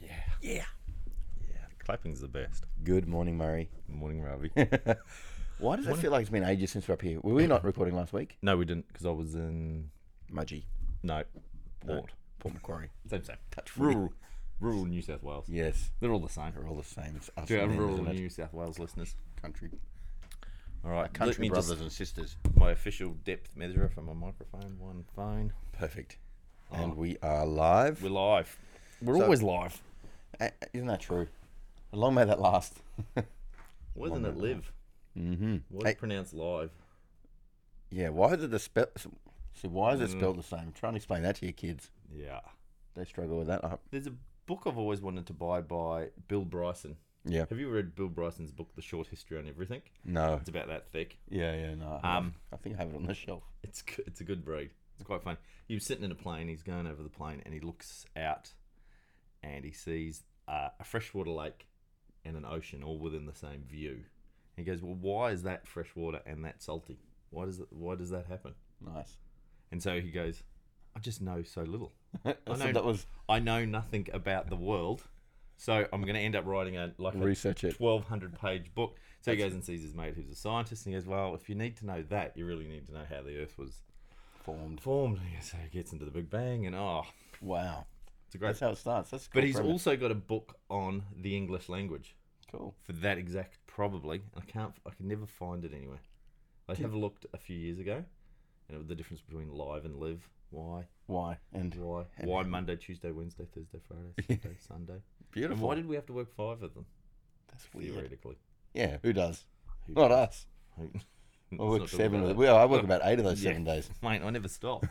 Yeah. Yeah, clapping's the best. Good morning, Murray. Good morning, Ravi. Why does it feel like it's been ages since we're up here? Were we not recording last week? no, we didn't because I was in Mudgy, no port. Port Macquarie. Same same. Touch wood. Rural, rural New South Wales. Yes, They're all the same. they're all the same. It's us Do our and them, rural isn't it? New South Wales listeners. country, All right, let country me brothers just and sisters. my official depth measurer for my microphone. One phone. Perfect. And we are live. We're live. We're So- always live. Uh, isn't that true? Long may that last. Wasn't it live? mm-hmm. Was Hey. pronounced live. Yeah. Why is it the spell? So why is Mm. it spelled the same? try and explain that to your kids. Yeah. They struggle with that. Uh, I hope. There's a book I've always wanted to buy by Bill Bryson. yeah. Have you read Bill Bryson's book, The Short History on Everything? No. It's about that thick. Yeah. Yeah. No. I- Um, I think I have it on the shelf. It's good, it's a good breed. It's quite fun. He was sitting in a plane. He's going over the plane, and he looks out, and he sees uh, a freshwater lake and an ocean all within the same view. he goes, "Well, why is that freshwater and that salty? Why does it, why does that happen?" Nice. And so he goes, "I just know so little. so know- that was I know nothing about the world." So I'm going to end up writing a like a research it. twelve hundred page book. So he goes and sees his mate who's a scientist, and he goes, "Well, if you need to know that, you really need to know how the Earth was Formed. formed." And So he gets into the Big Bang, and oh, Wow. it's a great. That's how it starts. That's a but cool he's premise. also got a book on the English language cool. for that exact, probably. And I can't, I can never find it anywhere. I have looked a few years ago, and it was the difference between live and live. Why? Why and Why? Why Monday, Tuesday, Wednesday, Thursday, Friday, Saturday, Sunday? And beautiful. why did we have to work five of them That's weird. theoretically? Yeah. Who does? Who Not does? us. Who- I Let's work not talk seven. about Of that. the, well, I work about eight of those Yeah. seven days. Mate, I never stop.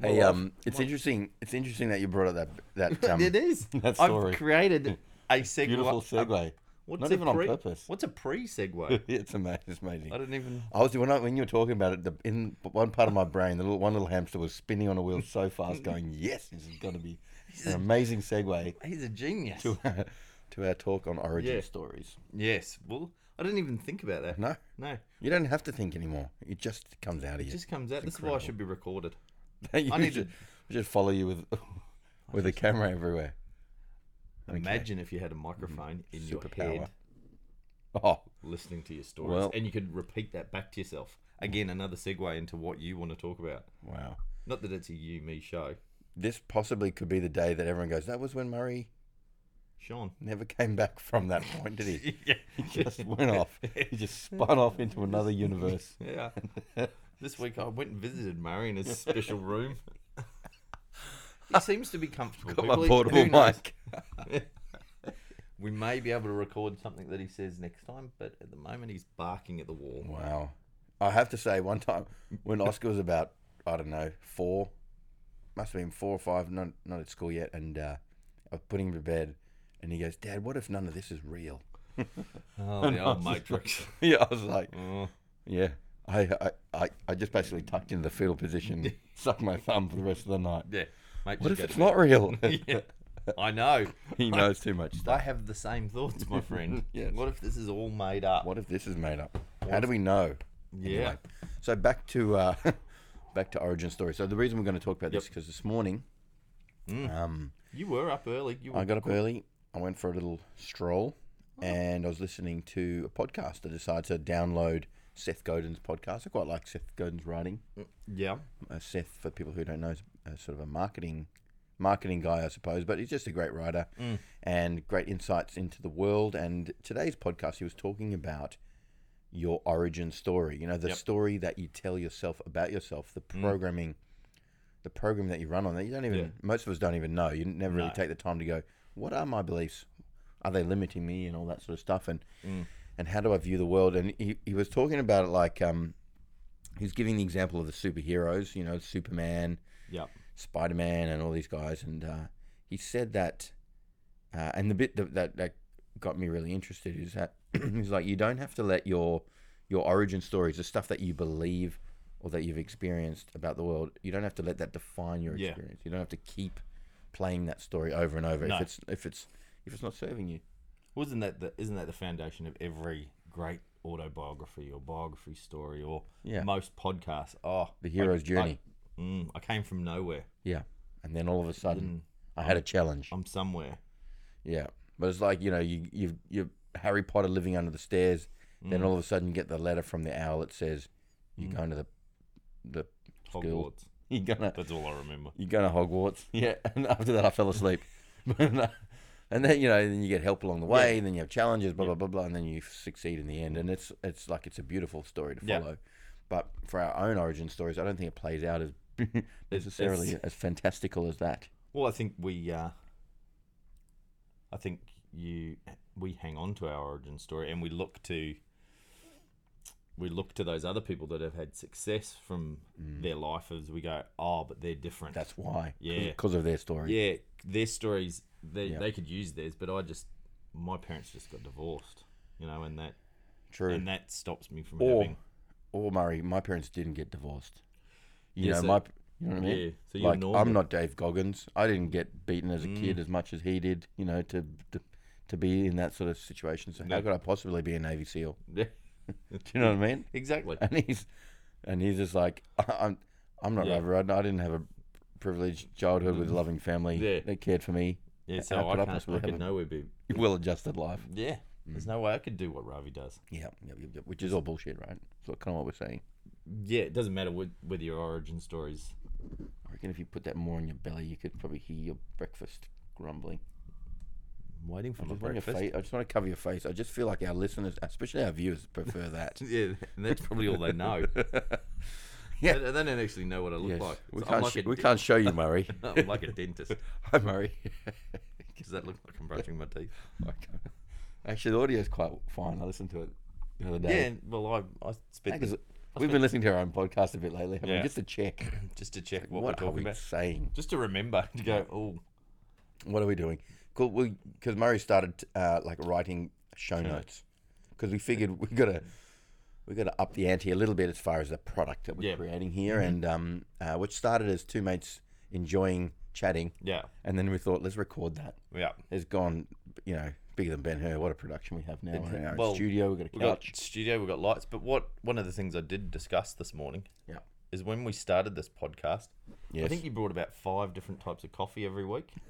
Hey, Well, um, it's interesting. It's interesting that you brought up that that um, it is. that story. I've created a segue. beautiful segue. What's Not a even on pre- purpose. What's a pre-segue? it's amazing. It's amazing. I don't even. I was when I, when you were talking about it, the, in one part of my brain, the little one little hamster was spinning on a wheel so fast, going, "Yes, this is going to be an amazing segue He's a genius. to our, to our talk on origin Yeah. stories." Yes. Well, I didn't even think about that. No, No. you don't have to think anymore. It just comes out of It you. just comes out. This is why I should be recorded. you I need should, we should follow you with with a camera everywhere. Imagine if you had a microphone in your Mm-hmm. Superpower. head Oh, listening to your stories, Well- and you could repeat that back to yourself. Again, another segue into what you want to talk about. wow. Not that it's a you me show, This possibly could be the day that everyone goes, that was when Murray Sean. never came back from that point, did he? yeah. He just went off. He just spun off into another universe. Yeah. This week I went and visited Murray in his special room. he seems to be comfortable. Got my People- portable who knows? mic. we may be able to record something that he says next time, but at the moment he's barking at the wall. Wow. I have to say, one time when Oscar was about, I don't know, four, must have been four or five, not, not at school yet, and uh, I was putting him to bed, and he goes, Dad, what if none of this is real? Oh, the old Matrix. Yeah, I was like, Oh. yeah. I, I, I, I just basically tucked into the fetal position, sucked my thumb for the rest of the night. Yeah. Mate, What just if go it's to bed. not real? Yeah. I know. he knows too much I stuff. have the same thoughts, my friend. Yes. What if this is all made up? What if this is made up? How do we know? Yeah. So back to uh, back to origin story. So the reason we're going to talk about this Yep. Mm. because this morning, um, You were up early. You were I got up early. I went for a little stroll, Oh. and I was listening to a podcast. I decided to download Seth Godin's podcast. I quite like Seth Godin's writing. Yeah. Uh, Seth, for people who don't know, is a sort of a marketing marketing guy, I suppose, but he's just a great writer Mm. and great insights into the world. And today's podcast, he was talking about your origin story. You know, the Yep. Mm. story that you tell yourself about yourself, the programming, the program that you run on that you don't even. Yeah. Most of us don't even know. You never really No. take the time to go, what are my beliefs? Are they limiting me and all that sort of stuff? And Mm. and how do I view the world? And he, he was talking about it like um, he was giving the example of the superheroes. You know, Superman, Yeah. Spider Man, and all these guys. And uh, he said that, uh, and the bit that, that that got me really interested is that he's like, you don't have to let your your origin stories, the stuff that you believe or that you've experienced about the world, you don't have to let that define your Yeah. experience. You don't have to keep playing that story over and over No. if it's if it's if it's not serving you. Wasn't that the isn't that the foundation of every great autobiography or biography story or Yeah. most podcasts? Oh, The hero's I- journey. I, mm, I came from nowhere. Mm. Yeah. And then all of a sudden, I had a challenge. I'm somewhere. Yeah, but it's like you know you you you Harry Potter living under the stairs. Mm. Then all of a sudden you get the letter from the owl that says you're going to the the school. Hogwarts. You're gonna That's all I remember. you're going to Hogwarts. Yeah, and after that I fell asleep. uh, and then you know then you get help along the way. Then you have challenges, blah blah blah blah, and then you succeed in the end. And it's it's like it's a beautiful story to Yeah. follow. But for our own origin stories, I don't think it plays out as necessarily as fantastical as that. Well, I think we, uh, I think you, we hang on to our origin story, and we look to, we look to those other people that have had success from their life as we go. Oh, but they're different. Mm. That's why, Yeah. because of their story. yeah, their stories. They Yeah. they could use theirs, but I just, my parents just got divorced, you know, and that True. and that stops me from or having. or Murray, my parents didn't get divorced. You Yeah, know, so- my you know what I mean. Yeah, so you're like normal. Mm. I'm not Dave Goggins. I didn't get beaten as a kid as much as he did. You know, to to, to be in that sort of situation. So how No. could I possibly be a Navy SEAL? Yeah, Do you know what I mean? exactly. And he's and he's just like "I- I'm. I'm not Yeah. Mm. overridden. I didn't have a privileged childhood with a loving family Yeah. that cared for me. Yeah, How so could I I can't. possibly I could have a- nowhere be. Well-adjusted life. Yeah, Mm. there's no way I could do what Ravi does. Yeah, yeah, yeah, yeah, which is all bullshit, right? That's kind of what we're saying. Yeah, it doesn't matter with, with your origin stories. I reckon if you put that more in your belly, you could probably hear your breakfast grumbling. I'm waiting for I my just, want your breakfast. face, I just want to cover your face. I just feel like our listeners, especially our viewers, prefer that. Yeah, and that's probably all they know. Yeah. they, they don't actually know what I look Yes. like. we, So can't like sh- a we dent- can't show you, Murray. I'm like a dentist. Hi, Murray. Does that look like I'm brushing my teeth? I can't- uh, Actually, the audio's quite fine. I listened to it the other Yeah. day. and- Well, I I Yeah, spent 'cause the- we've been listening to our own podcast a bit lately, haven't Yeah. we? Just to check just to check what, what, we're are we talking about, saying. just to remember to go. Oh, What are we doing? Cool. We because Murray started uh, like writing show notes because we figured we got to we got to up the ante a little bit as far as the product that we're Yeah. Mm-hmm. creating here, and um, uh, which started as two mates enjoying chatting, yeah, and then we thought let's record that. yeah. It's gone, you know, bigger than Ben Hur. What a production we have now! We're in our own well, studio, we've got a We've got couch. studio, we've got lights. But what one of the things I did discuss this morning Yeah. is when we started this podcast, I Yes. think you brought about five different types of coffee every week.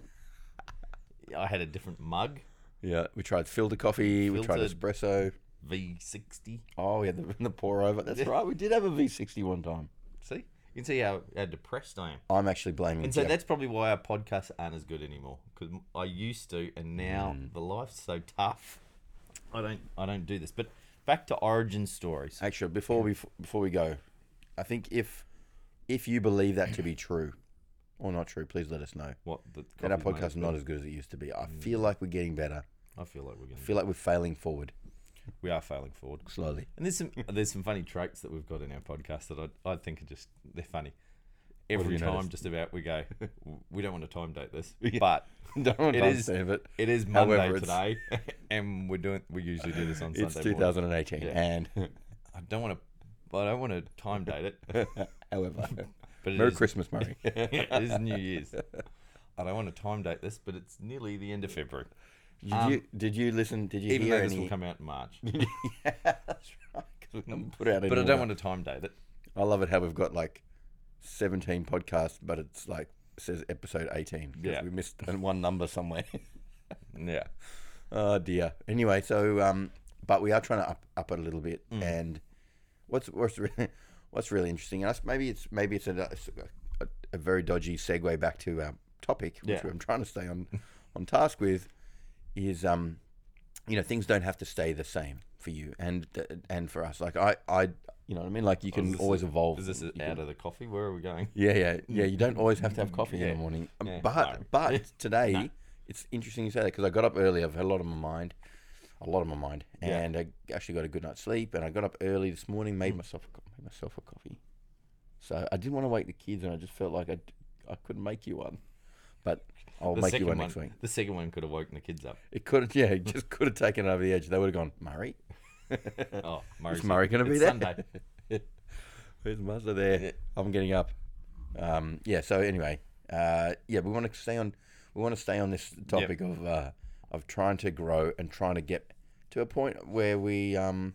I had a different mug, yeah, we tried filter coffee, we tried Filtered. espresso. V60. Oh, we had the, the pour over. That's right. We did have a V60 one time. See? You can see how, how depressed I am. I'm actually blaming. And so Jeff. that's probably why our podcasts aren't as good anymore because I used to, and now Hmm. the life's so tough. I don't, I don't do this. But back to origin stories. Actually, before we before we go, I think if if you believe that to be true or not true, please let us know. What the That our coffee's made podcast is of. not as good as it used to be. I Mm. feel like we're getting better. I feel like we're I going. feel like we're failing forward We are failing forward. slowly. And there's some there's some funny traits that we've got in our podcast that I, I think are just they're funny. Every you time, noticed? just about we go. We don't want to time date this, but Don't want It to is- save it. it is However, Monday it's- today, and we're doing. We usually do this on It's Sunday. morning. 2018, Yeah. and I don't want to. I don't want to time date it. however, But it Merry is- Christmas, Murray. it is New Year's. I don't want to time date this, but it's nearly the end of February. Did you did you listen? Did you Um, Even hear though this any? will come out in March, yeah, that's right. 'cause we haven't put out but I don't want to time date it. I love it how we've got like 17 podcasts, but it's like says episode 18. 'cause Yeah. we missed one number somewhere. Yeah, Oh dear. Anyway, so um, but we are trying to up, up it a little bit, Mm. and what's what's really, what's really interesting, and us maybe it's maybe it's a, a, a very dodgy segue back to our topic, which Yeah. I'm trying to stay on on task with, is um, you know, things don't have to stay the same for you and and for us. Like I I you know what I mean. Like you can Oh, this always evolve. is this You can- out of the coffee? Where are we going? yeah, yeah, yeah. You don't always have to have coffee in Mm, Yeah. the morning, Um, Yeah. but No. but today it's interesting you say that because I got up early. I've had a lot on my mind, a lot on my mind, Yeah. Mm. and I actually got a good night's sleep. And I got up early this morning, made myself a, co- made myself a coffee. So I didn't want to wake the kids, and I just felt like I, d- I couldn't make you one, but I'll The make you second one, next week. one, the second one could have woken the kids up. It could have, yeah, it just could have taken it over the edge. They would have gone Murray. Oh, Murray's Is Murray going to be it's there? Sunday. Where's Mazda there? Yeah. I'm getting up. Um, yeah. So anyway, uh, yeah, we want to stay on. We want to stay on this topic of uh, of trying to grow and trying to get to a point where we. Um,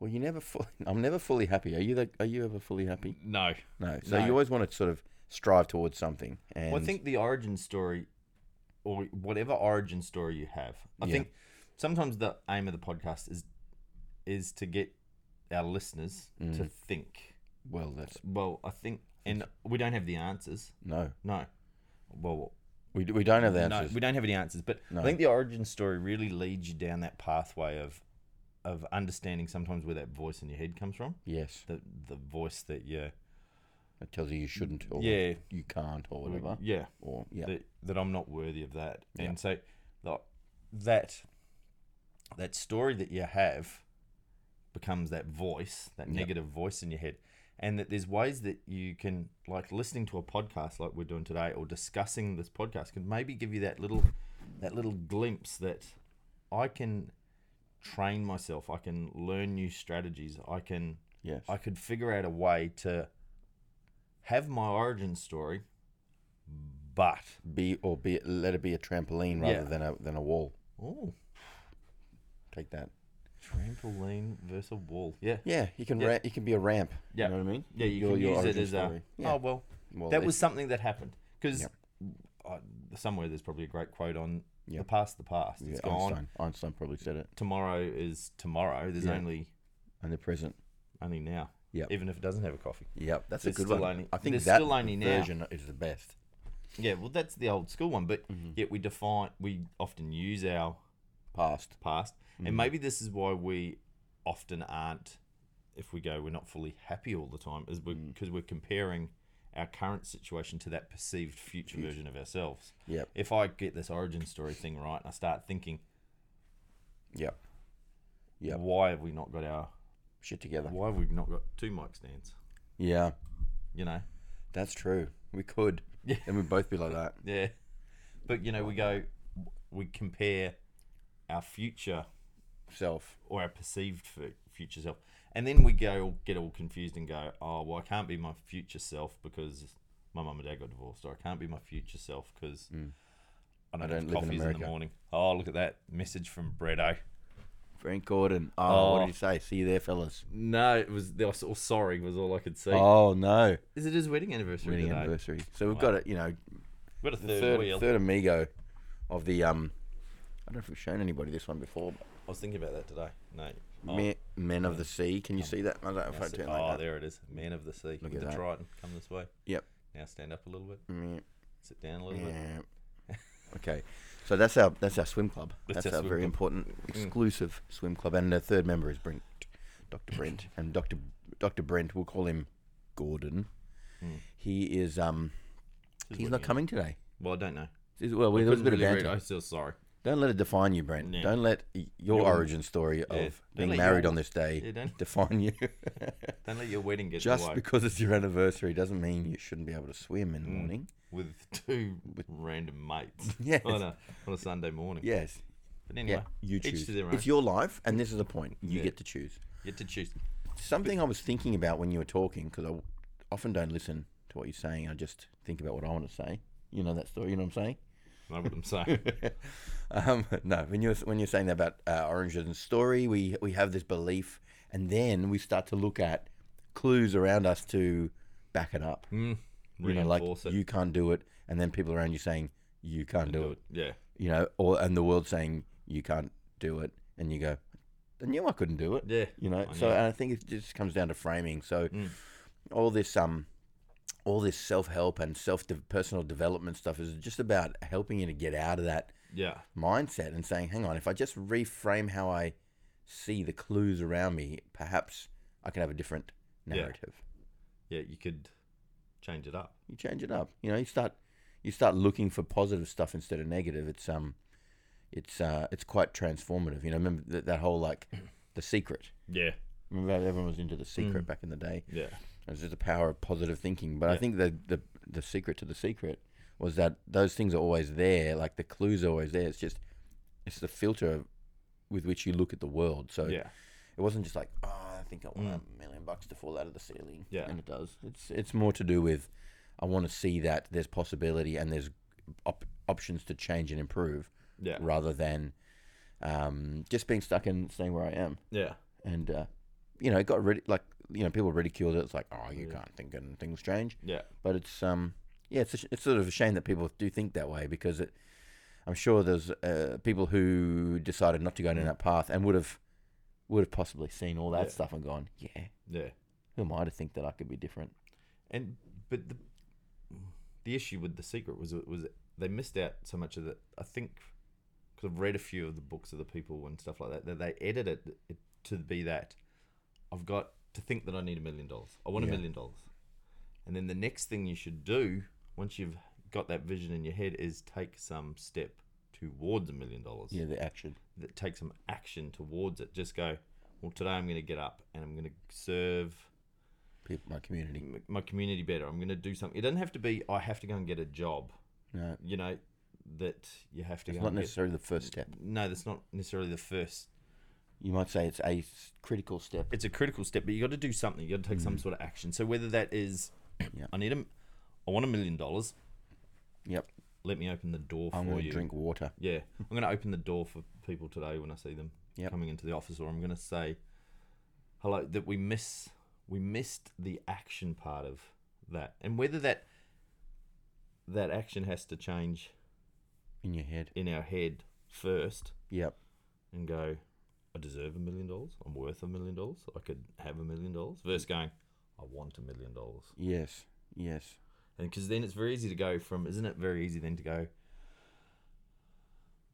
well, you never. Fully, I'm never fully happy. Are you? The, are you ever fully happy? No. No. So No. you always want to sort of strive towards something. And Well, I think the origin story or whatever origin story you have. I Yeah. think sometimes the aim of the podcast is is to get our listeners to Mm. think. Well, that's Well, I think, and we don't have the answers. no. No. Well, We, we don't have the no, answers. we don't have any answers. But No. I think the origin story really leads you down that pathway of of understanding sometimes where that voice in your head comes from. yes, The the voice that yeah it tells you you shouldn't or yeah you can't or whatever. yeah Or yeah, that that I'm not worthy of that. Yeah. And so like that that story that you have becomes that voice, that Yeah. negative voice in your head. And that there's ways that you can like listening to a podcast like we're doing today or discussing this podcast can maybe give you that little that little glimpse that I can train myself, I can learn new strategies, I can yes, I could figure out a way to have my origin story but be or be let it be a trampoline rather Yeah. than a than a wall. Oh, Take that. trampoline versus a wall. Yeah. Yeah, you can Yeah. ra- you can be a ramp. Yeah. you know what I mean. Yeah, you Your- can your use it origin as a. story. Yeah. Oh, well, Well, that it- was something that happened. Because Yep. somewhere there's probably a great quote on the Yep. past, the past. yeah, It's gone. Einstein. Einstein probably said it. Tomorrow is tomorrow. There's Yeah. only And the present. only now. Yep. Even if it doesn't have a coffee. Yep, that's a There's good still one. only- I think there's that still only now. version is the best. Yeah. Well, that's the old school one. But Mm-hmm. yet we define, we often use our Past. past. And maybe this is why we often aren't, if we go, we're not fully happy all the time, is because we're comparing our current situation to that perceived future version of ourselves. Yep. If I get this origin story thing right and I start thinking, Yep. Yep. why have we not got our, Shit together. why have we not got two mic stands? Yeah, You know? that's true. We could. Yeah. And we'd both be like that. Yeah. But, you know, we go, we compare our future Self. or our perceived fu- future self. And then we go get all confused and go, oh, well, I can't be my future self because my mum and dad got divorced, or I can't be my future self because Mm. I don't, I have don't live in coffees in, the America. morning. Oh, look at that message from eh? Bretto. Frank Gordon. Oh, what Oh. did you say? See you there, fellas. No, it was I saw sorry was all I could see. Oh no. Is it his wedding anniversary Wedding today? anniversary. So we've got a you know We've got a third, third wheel. third amigo of the um I don't know if we've shown anybody this one before, but I was thinking about that today. No. Oh, Me- Men of the Sea. Can you see that? I don't know if I that's it. turn Oh, like that. there it is. Man of the sea. Look with at the that. Triton. Come this way. Yep. Now stand up a little bit. Meh, Sit down a little bit. meh. Okay. So that's our that's our swim club. That's That's, our our, swim very club. Mm. important exclusive swim club. And the third member is Brent Dr. Brent. And Dr Dr. Brent, we'll call him Gordon. Mm. He is um he's His wedding not coming today. Well, I don't know. Is- Well, we, there was a bit Couldn't of really banter. read. I'm still sorry. Don't let it define you, Brent. Yeah. Don't let y- your, Your- origin story don't of being let married your- on this day Yeah, don't- define you. Don't let your wedding get Just away because it's your anniversary doesn't mean you shouldn't be able to swim Mm. in the morning. with two random mates Yes. on, a, on a Sunday morning. Yes. But anyway, yeah. You each choose. to their own. It's your life, and this is the point. You Yeah. get to choose. you get to choose. Something I was thinking about when you were talking, because I w- often don't listen to what you're saying. I just think about what I want to say. You know that story. You know what I'm saying? Know what I'm saying? um, no, when you're when you're saying that about uh, oranges and story, we we have this belief, and then we start to look at clues around us to back it up. mm, You know, like reinforce it. you can't do it, and then people around you saying you can't do do it. it. Yeah. You know, or and the world saying you can't do it, and you go, I knew I couldn't do it. Yeah. Mm. You know, I so and I think it just comes down to framing. So all this um, all this self help and self de- personal development stuff is just about helping you to get out of that Yeah. mindset and saying, hang on, if I just reframe how I see the clues around me, perhaps I can have a different Yeah. narrative. Yeah. You could change it up. You change it up. You know, you start you start looking for positive stuff instead of negative. It's um it's uh it's quite transformative. You know, remember that, that whole like the secret. Yeah. Remember how everyone was into the secret back in the day. Yeah. It was just the power of positive thinking. But I Mm. Yeah. think the, the the secret to the secret was that those things are always there. Like the clues are always there. It's just it's the filter with which you look at the world. So Yeah. it wasn't just like oh, I think I want a million bucks to fall out of the ceiling. Mm. Yeah. and it does. It's it's more to do with I want to see that there's possibility and there's op- options to change and improve Yeah. rather than um, just being stuck in staying where I am Yeah. and uh, you know, it got rid- like you know, people ridiculed it. It's like, oh, you can't think and things change. Yeah. But it's um, yeah, it's a, sh- it's sort of a shame that people do think that way because it I'm sure there's uh, people who decided not to go down that path and would have would have possibly seen all that Mm. Yeah. stuff and gone, yeah, Yeah. who am I to think that I could be different? And but the, the issue with the secret was it was they missed out so much of it. I think because I've read a few of the books of the people and stuff like that that they edited it to be that I've got to think that I need a million dollars. I want a Yeah. million dollars. And then the next thing you should do once you've got that vision in your head is take some step towards a million dollars Yeah, the action. that take some action towards it. Just go, well, today I'm going to get up and I'm going to serve People, my community. m- my community better. I'm going to do something. It doesn't have to be, I have to go and get a job, No, you know, that you have to it's go not and get. necessarily the first step. No, that's not necessarily the first. You might say it's a s- critical step. It's a critical step, but you got to do something. You got to take some sort of action. So whether that is, Mm. Yeah. I need a, m- I want a million dollars. Yep, Let me open the door I'm for going you. to drink water. Yeah, I'm going to open the door for people today when I see them Yep. coming into the office, or I'm going to say hello. That we miss, we missed the action part of that, and whether that that action has to change in your head. in our head first, Yep. and go, I deserve a million dollars. I'm worth a million dollars. I could have a million dollars. Versus going, I want a million dollars. Yes. Yes. And because then it's very easy to go from, isn't it very easy then to go,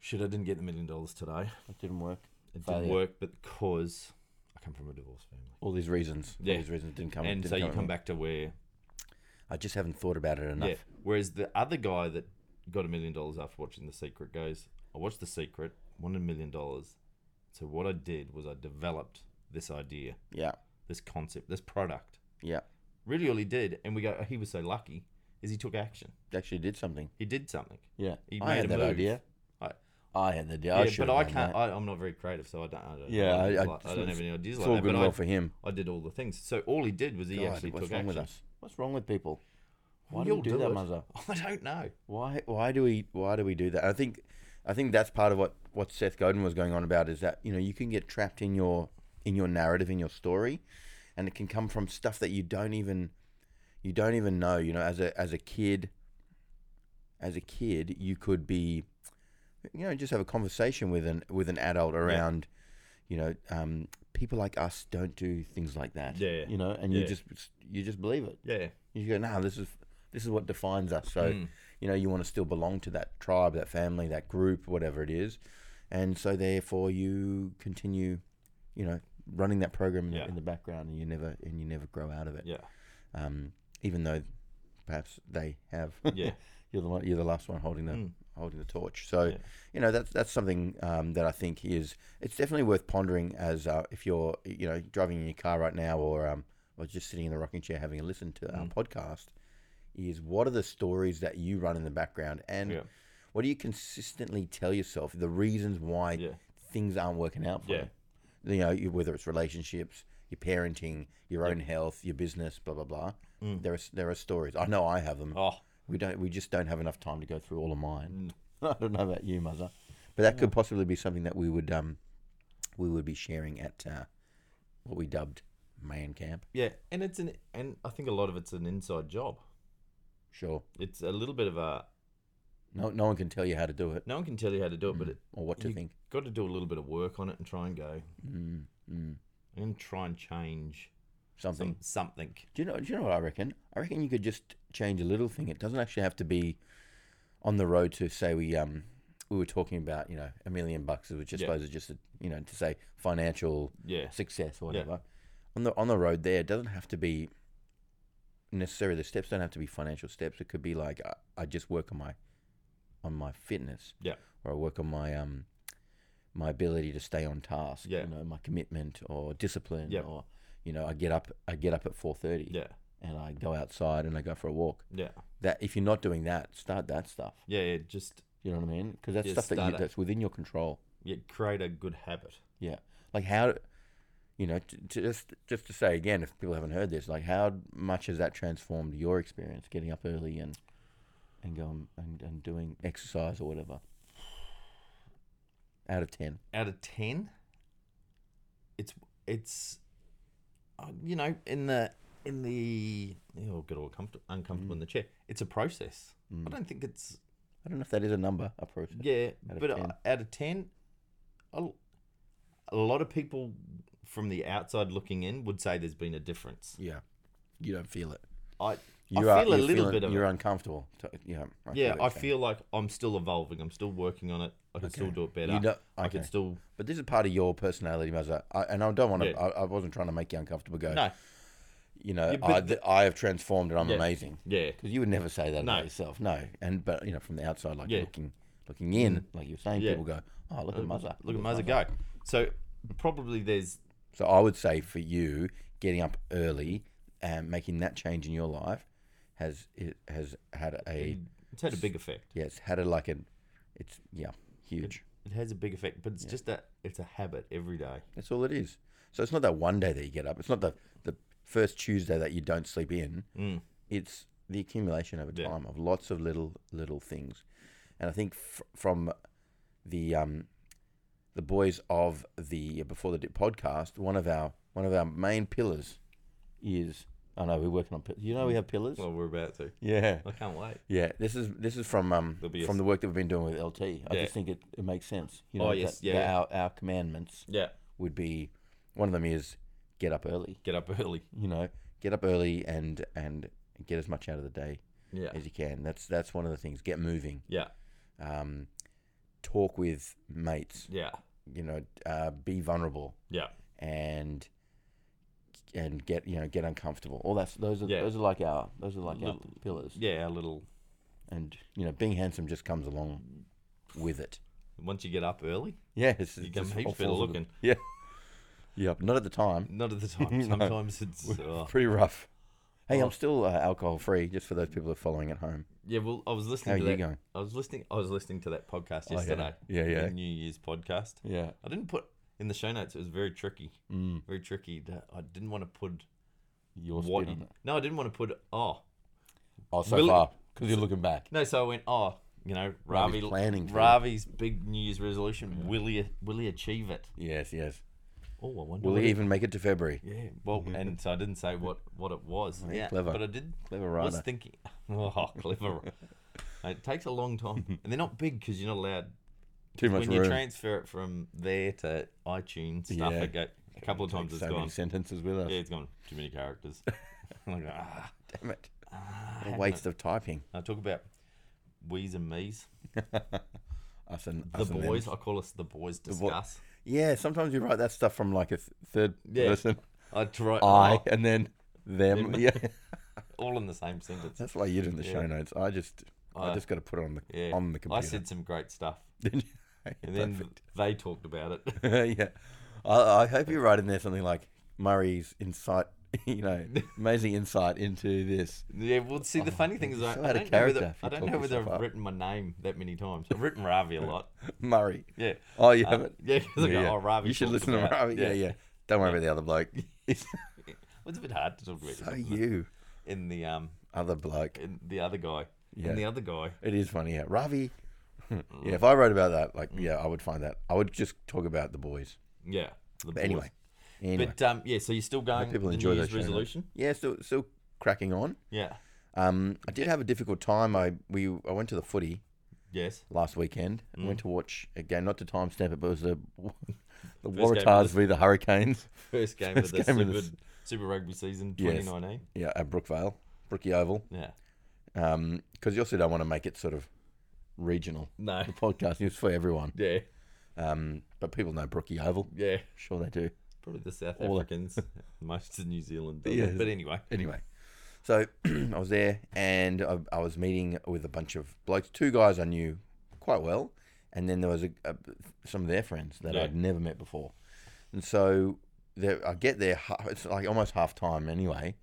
shit, I didn't get the million dollars today. That didn't work. It didn't Failure. work because I come from a divorce family. All these reasons. Yeah. All these reasons didn't come. and didn't so you at come me. back to where. I just haven't thought about it enough. Yeah. Whereas the other guy that got a million dollars after watching The Secret goes, I watched The Secret, wanted a million dollars. So what I did was I developed this idea, Yeah. this concept, this product. Yeah. Really, all he did, and we go, "Oh, he was so lucky, is he took action. Actually did something. He did something. Yeah. He I made had a that move. idea. I- I had the idea. Yeah, I but should've I done can't. that. I, I'm not very creative, so I don't. I don't Yeah, I- I, I- like- I don't have any ideas it's like all that. good But and I, well for him. I did all the things. So all he did was he God, actually what's took wrong action. with us? What's wrong with people? Why We do all we do, do that, it. mother? I don't know. Why? Why do we? Why do we do that? I think, I think that's part of what what Seth Godin was going on about is that you know you can get trapped in your in your narrative in your story, and it can come from stuff that you don't even you don't even know. You know, as a as a kid, as a kid, you could be, you know, just have a conversation with an with an adult around, you know, um, people like us don't do things like that. Yeah. You know, and Yeah. you just you just believe it. Yeah, You go, nah, this is this is what defines us. So, Mm. you know, you want to still belong to that tribe, that family, that group, whatever it is, and so therefore you continue, you know, running that program in, Yeah. the, in the background, and you never and you never grow out of it. yeah, Um, even though perhaps they have. yeah, you're the one, you're the last one holding the Mm. holding the torch. So, Yeah. you know, that's that's something um, that I think is it's definitely worth pondering as uh, if you're you know driving in your car right now or um, or just sitting in the rocking chair having a listen to our Hmm. podcast. Is what are the stories that you run in the background and yeah, what do you consistently tell yourself the reasons why yeah, things aren't working out for Yeah. you. You know, you, whether it's relationships, your parenting, your own health, your business, blah blah blah. There are s- there are stories. I know I have them. Hmm. Oh. We don't. We just don't have enough time to go through all of mine. Mm. I don't know about you, mother, but that could possibly be something that we would um, we would be sharing at uh, what we dubbed man camp. yeah. And it's an and I think a lot of it's an inside job. Sure. It's a little bit of a No, no one can tell you how to do it no one can tell you how to do it, but it, or what to you think. got to do a little bit of work on it and try and go. Mm, mm, I'm going to try and change something. some, something. Do you know? Do you know what I reckon? I reckon you could just change a little thing. It doesn't actually have to be on the road to say we um we were talking about you know a million bucks, which I Yeah. suppose is just a, you know to say financial Yeah, success or Yeah. whatever. On the on the road there, it doesn't have to be necessarily the steps don't have to be financial steps. It could be like I, I just work on my on my fitness, Yeah. or I work on my um my ability to stay on task, Yeah. you know, my commitment or discipline, Yeah. or you know, I get up I get up at four thirty, yeah, and I go outside and I go for a walk. yeah, That if you're not doing that, start that stuff. yeah. yeah just You know what I mean? Because that's Yeah, stuff that start you, it. that's within your control. yeah, create a good habit. Yeah, like how, you know, t- to just just to say again, if people haven't heard this, like how much has that transformed your experience getting up early and and going and, and doing exercise or whatever? Out of ten, out of 10 it's it's uh, you know in the in Mm. the oh, get all comfortable uncomfortable in the chair it's a process i don't think it's I don't know if that is a number approach. Yeah, Mm. Out of but uh, 10. out of 10, a, a lot of people from the outside looking in would say there's been a difference. Yeah, you don't feel it. I, You are- I feel a you're little feeling- bit of You're it. uncomfortable. T- Yeah, yeah, what I you're saying. feel like I'm still evolving. I'm still working on it. I can still Okay. do it better. You don't- I can okay. still. But this is part of your personality, Mazza. I, and I don't want to. Yeah. I, I wasn't trying to make you uncomfortable. Go. No, You know, Yeah, but I, th- I have transformed and I'm Yeah. amazing. yeah. Because you would never say that No. about yourself. No. And but you know, from the outside, like Yeah. Mm. looking looking in, like you were saying, Yeah. people go, "Oh, look at Mazza. Look at Mazza go. So probably there's So I would say for you, getting up early and making that change in your life has it has had a it's had a big effect. yeah, it's had a like an it's yeah huge. It has a big effect, but it's just that it's a habit every day. That's all it is. So it's not that one day that you get up. It's not the the first Tuesday that you don't sleep in. Mm. It's the accumulation over Yeah. time of lots of little little things, and I think f- from the um, the boys of the uh, before the dip podcast, one of our one of our main pillars is I know we're working on pillars. You know we have pillars. Well, we're about to. yeah, I can't wait. yeah. This is this is from um, There'll be a from s- the work that we've been doing with LT. I Yeah. just think it, it makes sense. You Oh, know, yes, that- yeah, that yeah. Our our commandments Yeah, would be one of them is get up early. get up early. You know, get up early and and get as much out of the day Yeah, as you can. That's that's one of the things. Get moving. yeah, Um, talk with mates. yeah, You know, uh, be vulnerable yeah. and and get you know get uncomfortable. All that's those are Yeah. those are like our those are like our Little- pillars. Yeah, a little. And you know, being handsome just comes along with it. Once you get up early, Yeah, it's, you it get just heaps all better falls into- looking. Yeah, yep. Not at the time. Not at the time. No. Sometimes it's. oh. pretty rough. Hey, Oh. I'm still uh, alcohol free, just for those people who are following at home. Yeah, well, I was How listening are to you that. going? I was listening. I was listening to that podcast Oh, yeah. yesterday. Yeah, yeah. The New Year's podcast. Yeah. I didn't put in the show notes. It was very tricky. Mm. Very tricky. That I didn't want to put Your what. spin on you- it. no, I didn't want to put. Oh Oh, so Will- far, because you're looking back. no. So I went. Oh, you know, Ravi. Ravi's planning for it. Ravi's big New Year's resolution. Will he? Will he achieve it? Yes, yes. Oh, I wonder. Will what he it- even make it to February? Yeah. Well, and so I didn't say what what it was. Right, yeah. clever. But I did. Clever I was rider. thinking. Oh, clever. it takes a long time, and they're not big because you're not allowed Too much when room. you transfer it from there to iTunes stuff, Yeah. it go, a couple of times Takes it's so gone. many sentences with us. Yeah, it's gone. Too many characters. I'm like, ah, Damn it! ah, The waste of typing. I talk about we's and me's. Us and The us and them. boys, I call us the boys boy- discuss. Yeah, sometimes you write that stuff from like a th- third Yeah. person. I try I oh, and then them. Them. Yeah, all in the same sentence. that's why you did in the show Yeah. notes. I just, I Uh, just got to put it on the Yeah, on the I computer. said some great stuff, and then then they talked about it. yeah. I, I hope you write in there something like Murray's insight, you know, amazing insight into this. Yeah, well, see, Oh, the funny thing is, I, so I out of don't know character whether, if you I don't talk know whether yourself I've up. written my name that many times. I've written Ravi a lot. Murray. Yeah. Oh, you Uh, haven't? yeah, 'cause I go, oh, Ravi. you should talked listen to about- Ravi. Yeah, yeah. Don't worry about the other bloke. It's Well, it's a bit hard to talk about so yourself, isn't it? you, in the um other bloke. in the other guy. Yeah. In the other guy. It is funny, yeah. Ravi. yeah, if I wrote about that, like, yeah, I would find that. I would just talk about the boys. Yeah. the But boys. anyway, anyway, But um yeah, so you're still going people the enjoy New those Year's show notes. resolution? yeah, still, still cracking on. Yeah. Um, I did have a difficult time. I we I went to the footy Yes. last weekend and Mm. went to watch a game, not to timestamp it, but it was the, the game of Waratahs v the Hurricanes. First game First of the game of super, the super Rugby season Yes. twenty nineteen. Yeah, at Brookvale, Brookie Oval. Yeah. Because you also don't want to make it sort of regional. No. The podcast is for everyone. Yeah. Um, but people know Brookie Oval. Yeah. Sure they do. Probably the South All the- Africans. most of New Zealand. Yeah. But anyway. Anyway, so I was there and I, I was meeting with a bunch of blokes, two guys I knew quite well, and then there was a, a, some of their friends that Yeah. I'd never met before. And so there, I get there, ha- it's like almost half time anyway.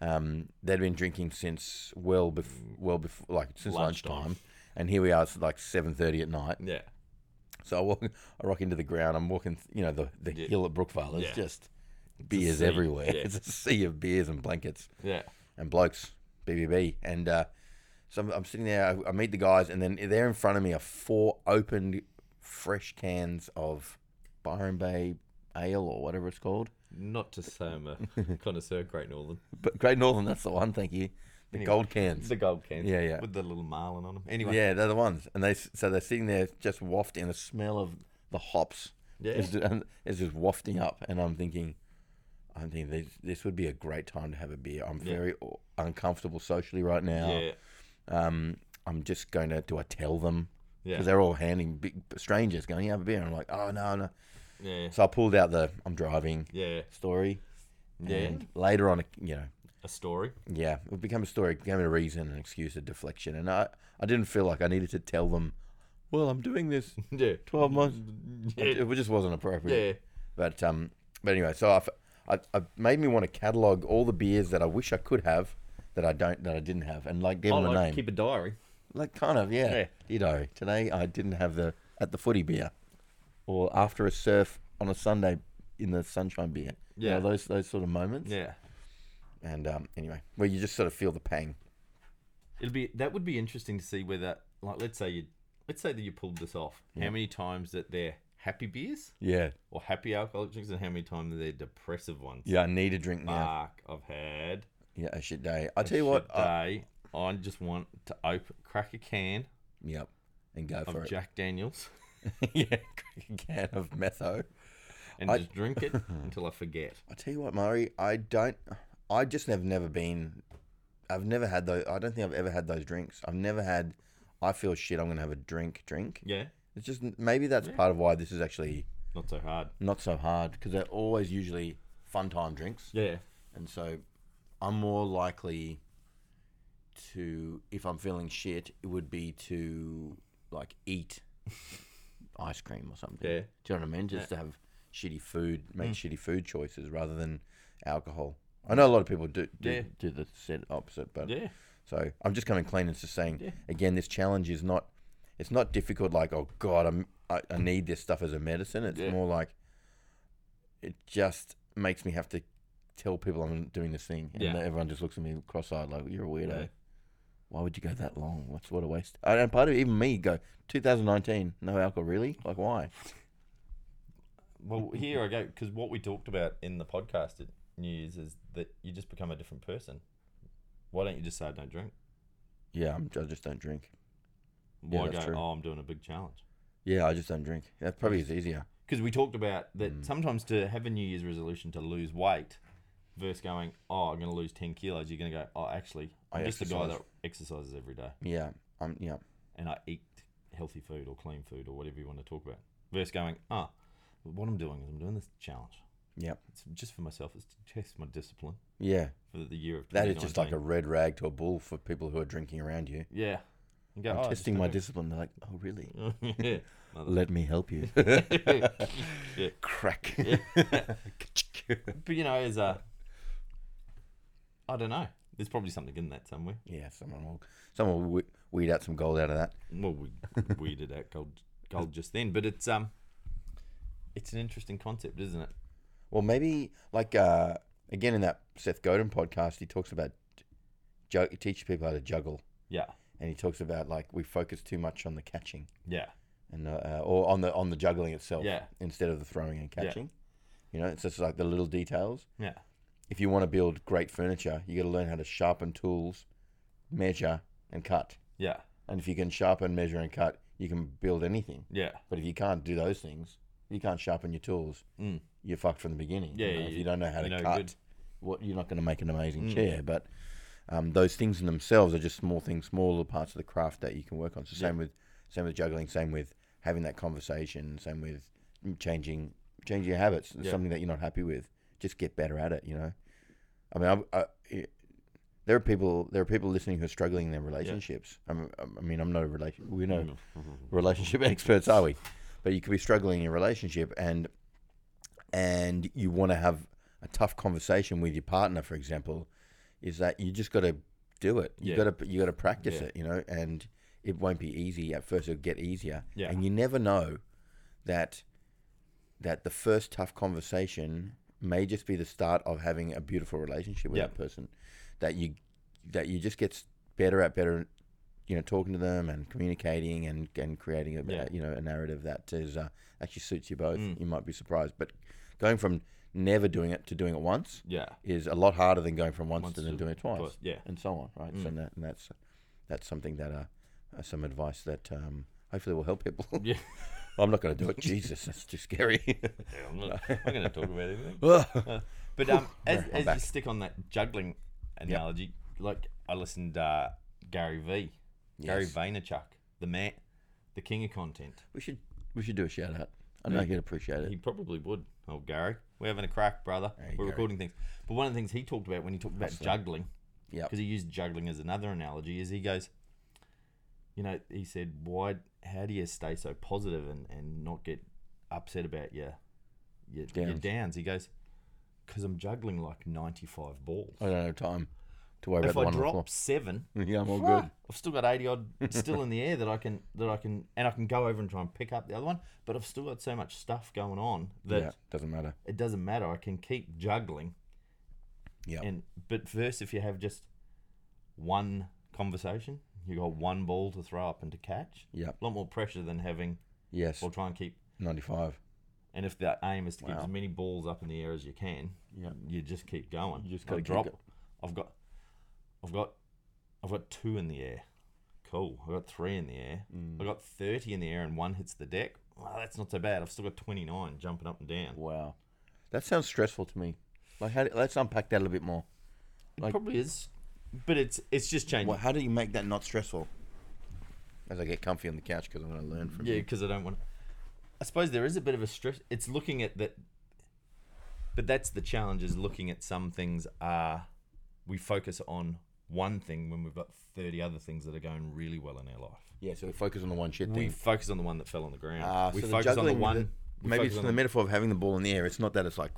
Um, they'd been drinking since well before, well before, like since Lunchtime. lunchtime. And here we are, it's like seven thirty at night. Yeah. So I walk, I rock into the ground. I'm walking, th- you know, the, the Yeah. hill at Brookvale. It's Yeah. just beers sea. everywhere. Yeah. It's a sea of beers and blankets Yeah. and blokes, BBB. And uh, so I'm, I'm sitting there, I, I meet the guys, and then there in front of me are four opened, fresh cans of Byron Bay ale or whatever it's called. Not to say I'm a connoisseur, Great Northern. But Great Northern, that's the one, thank you. The Anyway. gold cans. The gold cans. Yeah, yeah. With the little marlin on them. Anyway. Yeah, they're the ones, and they s- so they're sitting there just wafting, and the smell of the hops Yeah. is, ju- and it's just wafting up, and I'm thinking, I'm thinking this, this would be a great time to have a beer. I'm Yeah. very o- uncomfortable socially right now. Yeah. Um, I'm just going to do I tell them Yeah. because they're all handing big strangers going, "You have a beer," and I'm like, "Oh no, no." Yeah. So I pulled out the I'm driving Yeah. story, Yeah. and later on, you know, A story. yeah, it became a story, it became a reason, an excuse, a deflection, and I, I didn't feel like I needed to tell them, well, I'm doing this Yeah. twelve months. Yeah. It, it just wasn't appropriate. Yeah. But um, but anyway, so I've, I, I made me want to catalog all the beers that I wish I could have, that I don't, that I didn't have, and like give I them a like name, to keep a diary. like kind of yeah. Yeah. You know, today I didn't have the at the footy beer, or after a surf on a Sunday in the sunshine beer. You know, Yeah. those those sort of moments. Yeah. And um, anyway, where you just sort of feel the pang. It'll be that would be interesting to see whether like let's say you let's say that you pulled this off. How many times that they're happy beers Yeah. or happy alcoholic drinks and how many times they're depressive ones. Yeah, I need a drink now. Fuck, I've had yeah, a shit day. I tell Ah. a you what. shit I, day. I just want to open crack a can yep. And go for of it. Jack Daniels yeah, crack a can of metho. and I- just drink it until I forget. I tell you what, Murray. I don't. I just have never been. I've never had those. I don't think I've ever had those drinks. I've never had. I feel shit. I'm gonna have a drink. Drink. Yeah, It's just maybe that's part of why this is actually not so hard. not so hard because they're always usually fun time drinks. Yeah, And so I'm more likely to, if I'm feeling shit, it would be to like eat ice cream or something. Yeah. Mm. Do you know what I mean? Just to have shitty food, make shitty food choices rather than alcohol. I know a lot of people do do, Yeah. do the said opposite, but yeah, so I'm just coming clean and just saying again, this challenge is not it's not difficult like oh god, I'm, I I need this stuff as a medicine. It's Yeah. more like it just makes me have to tell people I'm doing this thing, and Yeah. everyone just looks at me cross-eyed like you're a weirdo. Yeah. Why would you go that long? What's what a waste. And and part of it, even me go 2019, no alcohol, really? Like why? Well, here I go because what we talked about in the podcast at New Year's is that you just become a different person. Why don't you just say I don't drink? Yeah, I'm, I just don't drink. Why that's go? true. Oh, I'm doing a big challenge. Yeah, I just don't drink. That probably is easier. Because we talked about that Mm. sometimes to have a New Year's resolution to lose weight versus going, oh, I'm going to lose ten kilos. You're going to go, oh, actually, I'm I just a guy exercise." that exercises every day Yeah, I'm yeah. and I eat healthy food or clean food or whatever you want to talk about. Versus going, ah, what I'm doing is I'm doing this challenge. Yep. It's just for myself. It's to test my discipline Yeah, for the year of. that is just like a 2019." red rag to a bull for people who are drinking around you. Yeah. And go, I'm "Oh, I just testing my don't discipline. They're like, oh, really? drink." yeah. Mother- Let me help you. yeah. Crack. But you know, as a, I don't know. There's probably something in that somewhere. yeah, someone will someone will we- weed out some gold out of that. Well, we weeded out gold, gold just then, but it's um, it's an interesting concept, isn't it? Well, maybe like uh, again in that Seth Godin podcast, he talks about ju- teach people how to juggle, Yeah. and he talks about like we focus too much on the catching Yeah. and uh, uh, or on the on the juggling itself Yeah. instead of the throwing and Yeah. catching. You know, it's just like the little details. Yeah. If you want to build great furniture, you got to learn how to sharpen tools, measure, and cut. Yeah. And if you can sharpen, measure, and cut, you can build anything. Yeah. But if you can't do those things, you can't sharpen your tools. Mm. You're fucked from the beginning. Yeah, you know, if you- you don't know how to you're no cut, good. Mm. what you're not going to make an amazing chair. But um, those things in themselves are just small things, small little parts of the craft that you can work on. So same with same with juggling, same with having that conversation, same with changing changing your habits. It's Yeah. Something that you're not happy with, just get better at it. You know, I mean, I, I, it- there are people there are people listening who are struggling in their relationships. I'm, I'm- I mean, I'm not a relation. We're no Mm-hmm. relationship experts, are we? But you could be struggling in a relationship, and and you want to have a tough conversation with your partner, for example, is that you just got to do it. You Yeah. got to you got to practice Yeah. it, you know, and it won't be easy at first. It'll get easier, Yeah. and you never know that that the first tough conversation may just be the start of having a beautiful relationship with Yeah. that person. That you that you just get better at better, you know, talking to them and communicating and and creating a Yeah. you know a narrative that is uh, actually suits you both. Mm. You might be surprised, but going from never doing it to doing it once Yeah. is a lot harder than going from once, Once to to then doing it twice, twice, Mm. yeah. and so on, right? So that, and that's that's something that uh, uh, some advice that um, hopefully will help people. Yeah. I'm not going to do it. Jesus, that's too scary. Yeah, I'm not, I'm going to talk about everything. Ugh. But um, as, Right, I'm as you back. stick on that juggling analogy, like I listened uh, Gary V, Gary Yes. Vaynerchuk, the man, the king of content. we should we should do a shout out. I know you'd appreciate He it. probably would. Oh, Gary, we're having a crack, brother. Hey, we're Gary. recording things. But one of the things he talked about when he talked about juggling, Yeah, because he used juggling as another analogy, is he goes, you know, he said, why? How do you stay so positive and, and not get upset about your your downs? Your Downs. downs? He goes, because I'm juggling like 95 balls. I don't have time to worry if about the I Oh, one on drop seven, the floor. yeah, I'm all fuck, good. I've still got 80 odd still in the air that I can that I can and I can go over and try and pick up the other one. But I've still got so much stuff going on that yeah, doesn't matter. it doesn't matter. I can keep juggling. Yeah, And but versus if you have just one conversation, you got one ball to throw up and to catch. yeah, A lot more pressure than having yes, or try and keep. ninety-five. And if the aim is to keep Wow. as many balls up in the air as you can, Yeah, you just keep going. You just I gotta keep drop. go- I've got, I've got, I've got two in the air. Cool. I've got three in the air. Mm. I've got thirty in the air, and one hits the deck. Well, that's not so bad. I've still got twenty nine jumping up and down. wow, that sounds stressful to me. Like, how do, let's unpack that a little bit more. it Like- probably is, but it's it's just changing. Well, how do you make that not stressful? As I get comfy on the couch because I'm going to learn from Yeah, you. because I don't want. I suppose there is a bit of a stress. It's looking at that, but that's the challenge: is looking at some things are we focus on one thing when we've got thirty other things that are going really well in our life. Yeah, so we focus on the one shit We thing. focus on the one that fell on the ground. Ah, we so the focus on juggling the with one. it- we Maybe focus it's on the metaphor of having the ball in the air. It's not that it's like,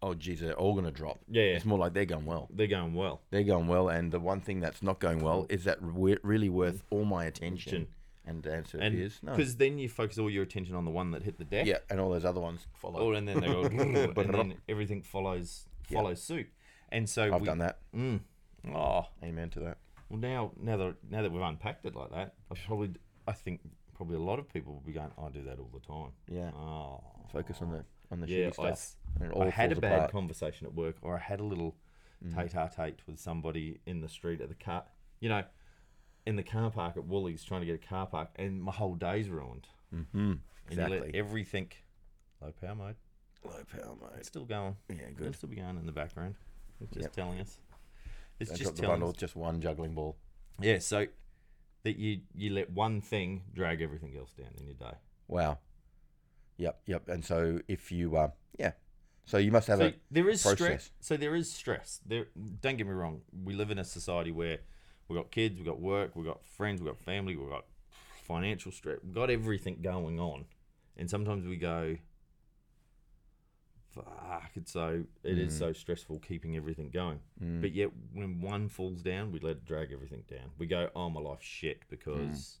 oh, geez, they're all going to drop. Yeah, yeah. It's more like they're going well. They're going well. They're going well, and the one thing that's not going well is that re- really worth all my attention. Attention. And the answer And is no. because then you focus all your attention on the one that hit the deck. Yeah, and all those other ones follow. Oh, and then they go, and But- then everything follows follows suit. And so I've we, done that. Mm, oh, Amen to that. Well, now now that now that we've unpacked it like that, I probably I think probably a lot of people will be going. I do that all the time. Yeah. Oh, Focus on the on the yeah. shitty I, stuff. s- and it I all had a falls bad apart. conversation at work, or I had a little Mm. tete-a-tete with somebody in the street at the car. You know, in the car park at Woolies, trying to get a car park, and my whole day's ruined. Hmm. And you let Exactly. everything low power mode. Low power It's mode. still going. Yeah, It'll good. still be going in the background. It's just Yep. telling us. It's Don't just drop the telling us. bundle. Just one juggling ball. Yeah, so that you you let one thing drag everything else down in your day. Wow. Yep, yep. And so if you, uh, yeah, so you must have so a there is stress. process. So there is stress. There, don't get me wrong. We live in a society where we got kids, we got work, we got friends, we got family, we got financial stress, we got everything going on, and sometimes we go, "Fuck!" It's so it is Mm. so stressful keeping everything going. But yet, when one falls down, we let it drag everything down. We go, "Oh, my life's shit," Mm. because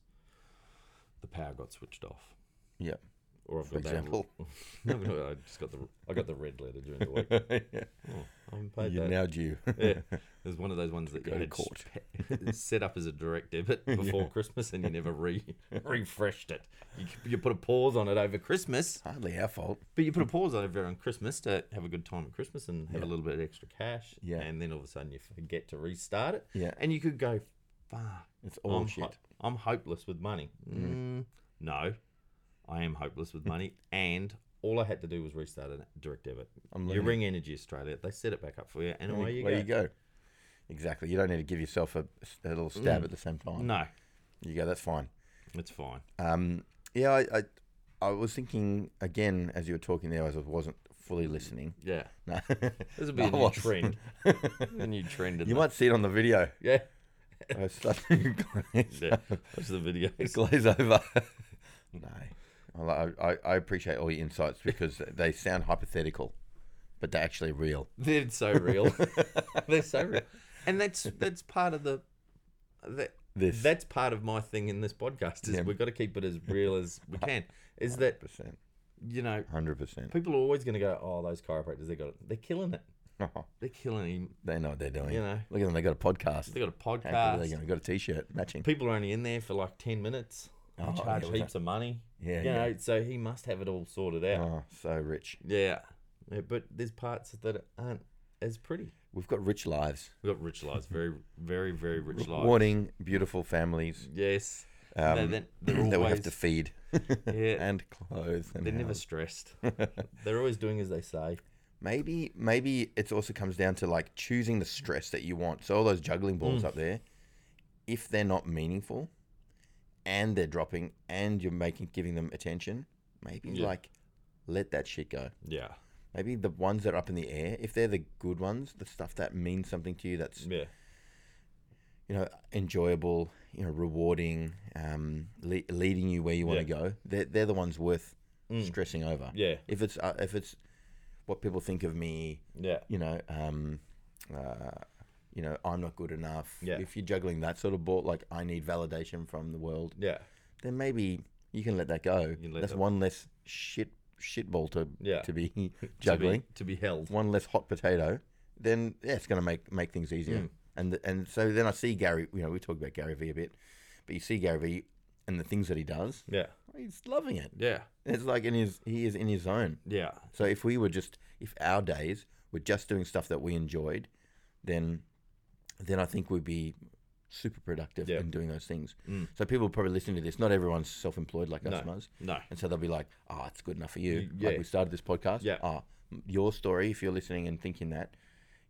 the power got switched off. Yep. Or I've For got that- example. no, no, I just got the I got the red letter during the week. Oh, I haven't paid You're that. now due. yeah. It was one of those ones that Go you to had court. sp- set up as a direct debit before Christmas and you never re- refreshed it. You, you put a pause on it over Christmas, Hardly our fault. but you put a Mm. pause on it on Christmas to have a good time at Christmas and have a little bit of extra cash. Yeah. And then all of a sudden you forget to restart it. Yeah. And you could go, fuck, It's all I'm shit. ho- I'm hopeless with money. Mm, no, I am hopeless with money, and all I had to do was restart a direct debit. I'm you learning. ring Energy Australia, they set it back up for you, and away you Where go. you go. Exactly. You don't need to give yourself a, a little Mm. stab at the same time. No, You go, that's fine. it's fine. Um, yeah, I, I, I was thinking again as you were talking there, as I wasn't fully listening. Yeah, No. this will be a I new was. trend. a new trend. In you the- might see it on the video. Yeah, I suddenly glaze, yeah. Watch the videos. glaze over. no, I, li- I, I appreciate all your insights because they sound hypothetical, but they're actually real. They're so real. They're so real, and that's that's part of the. That, This. That's part of my thing in this podcast is Yeah. we've got to keep it as real as we can. Is that Percent, you know hundred percent. people are always going to go, oh, those chiropractors, they got it. They're killing it. They're killing him. They know what they're doing. You know. look at them. They got a podcast. They got a uh, How good are they podcast. going? Got a T-shirt matching. People are only in there for like ten minutes. They Oh, charge yeah, was heaps of money. Yeah, you yeah. know, so he must have it all sorted out. Oh, so rich. Yeah, Yeah, but there's parts that aren't as pretty. We've got rich lives, We've got rich lives, very, very, very rich lives. rewarding, beautiful families Yes. um, No, they're- they're that we always- have to feed Yeah. and clothe. And They're never house. stressed. They're always doing as they say. Maybe maybe it also comes down to like choosing the stress that you want. So all those juggling balls Mm. up there, if they're not meaningful, and they're dropping, and you're making giving them attention, maybe Yeah. like let that shit go. Yeah. Maybe the ones that are up in the air, if they're the good ones, the stuff that means something to you, that's Yeah. you know enjoyable, you know rewarding, um, le- leading you where you want to Yeah. go. They're they're the ones worth Mm. stressing over. Yeah. If it's uh, if it's what people think of me Yeah. you know, um, uh, you know, I'm not good enough. Yeah. If you're juggling that sort of ball, like I need validation from the world, Yeah. then maybe you can let that go. can let That's that- one less shit shit ball to Yeah. to be To be- juggling. to be, held. One less hot potato. Then yeah, it's going to make make things easier. Mm. And and so then I see Gary. You know, we talk about Gary Vee a bit, but you see Gary Vee and the things that he does. Yeah. He's loving it. Yeah. It's like in his he is in his zone. Yeah. So if we were just if our days were just doing stuff that we enjoyed, then then I think we'd be super productive Yeah. in doing those things. Mm. So people probably listening to this, not everyone's self employed like us No. was. No. And so they'll be like, Oh, it's good enough for you. Y- yeah. Like we started this podcast. Yeah. Ah, your story, if you're listening and thinking that,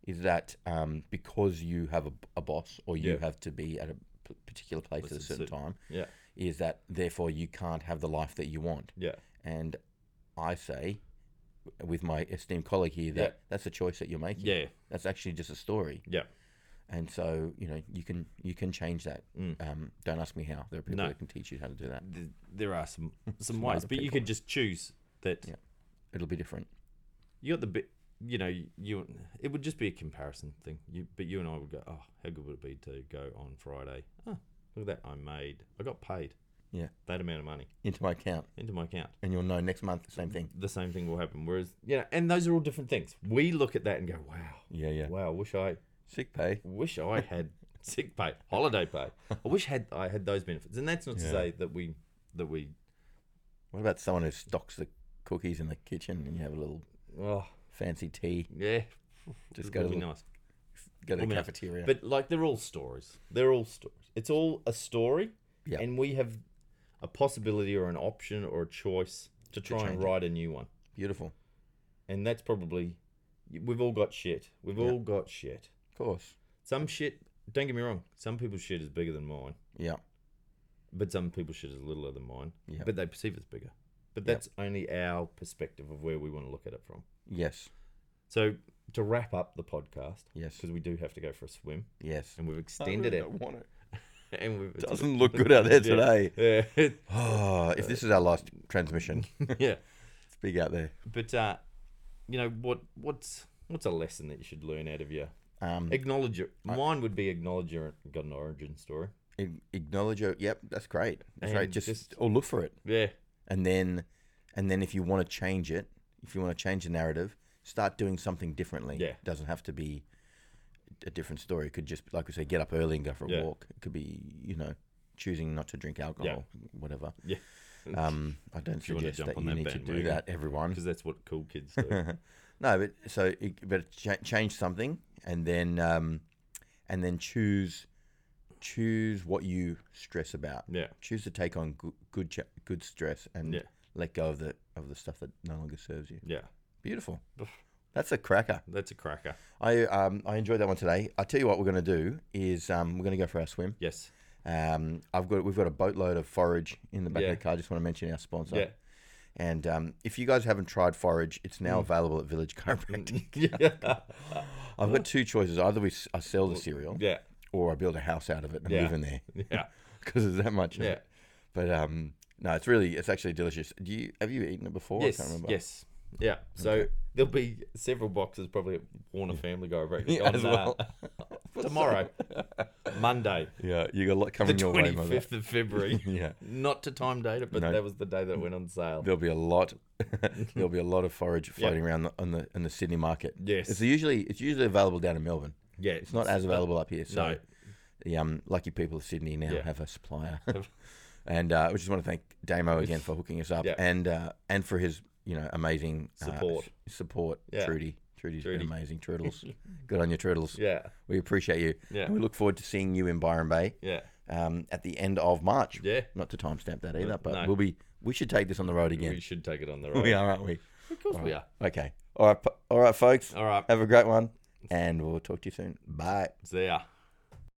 is that um, because you have a, a boss or you Yeah. have to be at a p- particular place at a Listen, certain sit- time, Yeah. is that therefore you can't have the life that you want. Yeah. And I say, with my esteemed colleague here, that Yeah. that's a choice that you're making. Yeah. That's actually just a story. Yeah. And so you know you can you can change that. Mm. Um, don't ask me how. There are people No. that can teach you how to do that. Th- There are some some Some ways, other but you people. could just choose that Yeah. It'll be different. you got the bit. You know, you it would just be a comparison thing. You, but you and I would go, oh, how good would it be to go on Friday? Oh, look at that! I made, I got paid Yeah. that amount of money Into my account, into my account. and you'll know next month same thing. The same thing will happen. Whereas, you know, and those are all different things. We look at that and go, wow, Yeah, yeah. wow. Wish I Sick pay. wish I had sick pay, holiday pay. I wish had I had those benefits. And that's not to Yeah. say that we that we What about someone who stocks the cookies in the kitchen and you have a little oh fancy tea? yeah Just it go would to be the, nice. go to Well, the I mean, cafeteria. But like they're all stories. They're all stories. It's all a story. Yeah. And we have a possibility or an option or a choice to try and change it. write a new one. Beautiful. And that's probably we've all got shit. We've all got shit. Of course. Some shit don't get me wrong, some people's shit is bigger than mine. Yeah. but some people shit is littler than mine. Yeah. But they perceive it's bigger. But Yeah. that's only our perspective of where we want to look at it from. Yes. So to wrap up the podcast, Yes. because we do have to go for a swim, Yes. and we've extended it, want it. and we've Doesn't look good out there today. Yeah, Oh, if this is our last transmission, yeah. yeah. it's big out there. But uh, you know what? What's what's a lesson that you should learn out of your Um, acknowledge? Your, mine would be acknowledge your got an origin story. ag- acknowledge it. Yep, that's great. That's right. And Just, just- or look for it, Yeah, and then, and then if you want to change it, if you want to change the narrative, start doing something differently. Yeah. it doesn't have to be a different story. It could just, like we say, get up early and go for a Yeah. walk. It could be, you know, choosing not to drink alcohol, whatever. Yeah. Um, I don't If you wanna suggest jump that on you that need to do bandwagon. that, everyone. because that's what cool kids do. No, but so it- but ch- change something, and then um, and then choose choose what you stress about. yeah, Choose to take on good good, ch- good stress and Yeah. let go of the of the stuff that no longer serves you. yeah, Beautiful. That's a cracker. that's a cracker. I um, I enjoyed that one today. I tell you what we're going to do is um, we're going to go for our swim. Yes, Um, I've got we've got a boatload of forage in the back Yeah. of the car. I just want to mention our sponsor. yeah. And um, if you guys haven't tried forage, it's now Mm. available at Village Chiropractic. yeah. I've got two choices. Either we s- I sell the cereal, Yeah. or I build a house out of it and Yeah. live in there Yeah. because there's that much. Of Yeah. it. But um, no, it's really it's actually delicious. Do you have you eaten it before? Oh, I Yes. can't remember. Yes. Yeah. So there'll be several boxes probably at Warner Family Guy Yeah, as well. uh, tomorrow, Monday, Yeah, you got a lot the coming your way, twenty mother. fifth of February. Yeah, Not to time date it, but No. that was the day that it went on sale. there'll be a lot. there'll be a lot of forage floating around the, on the in the Sydney market. Yes. it's usually it's usually available down in Melbourne. yeah. uh, It's not as available up here. So No. the um, lucky people of Sydney now Yeah. have a supplier. and uh, we just want to thank Damo again for hooking us up Yeah. and uh, and for his you know, amazing uh, Support. sh- support, Yeah. Trudy. Trudy's Trudy. been amazing. Turtles. Good on your turtles. Yeah, We appreciate you. Yeah. And we look forward to seeing you in Byron Bay yeah, um, at the end of March. yeah. Not to timestamp that either, but no. we'll be. We should take this on the road again. We should take it on the We, road. are, aren't we? Of course we are. Okay. All right, po- all right, folks. All right. Have a great one, and we'll talk to you soon. Bye. See ya.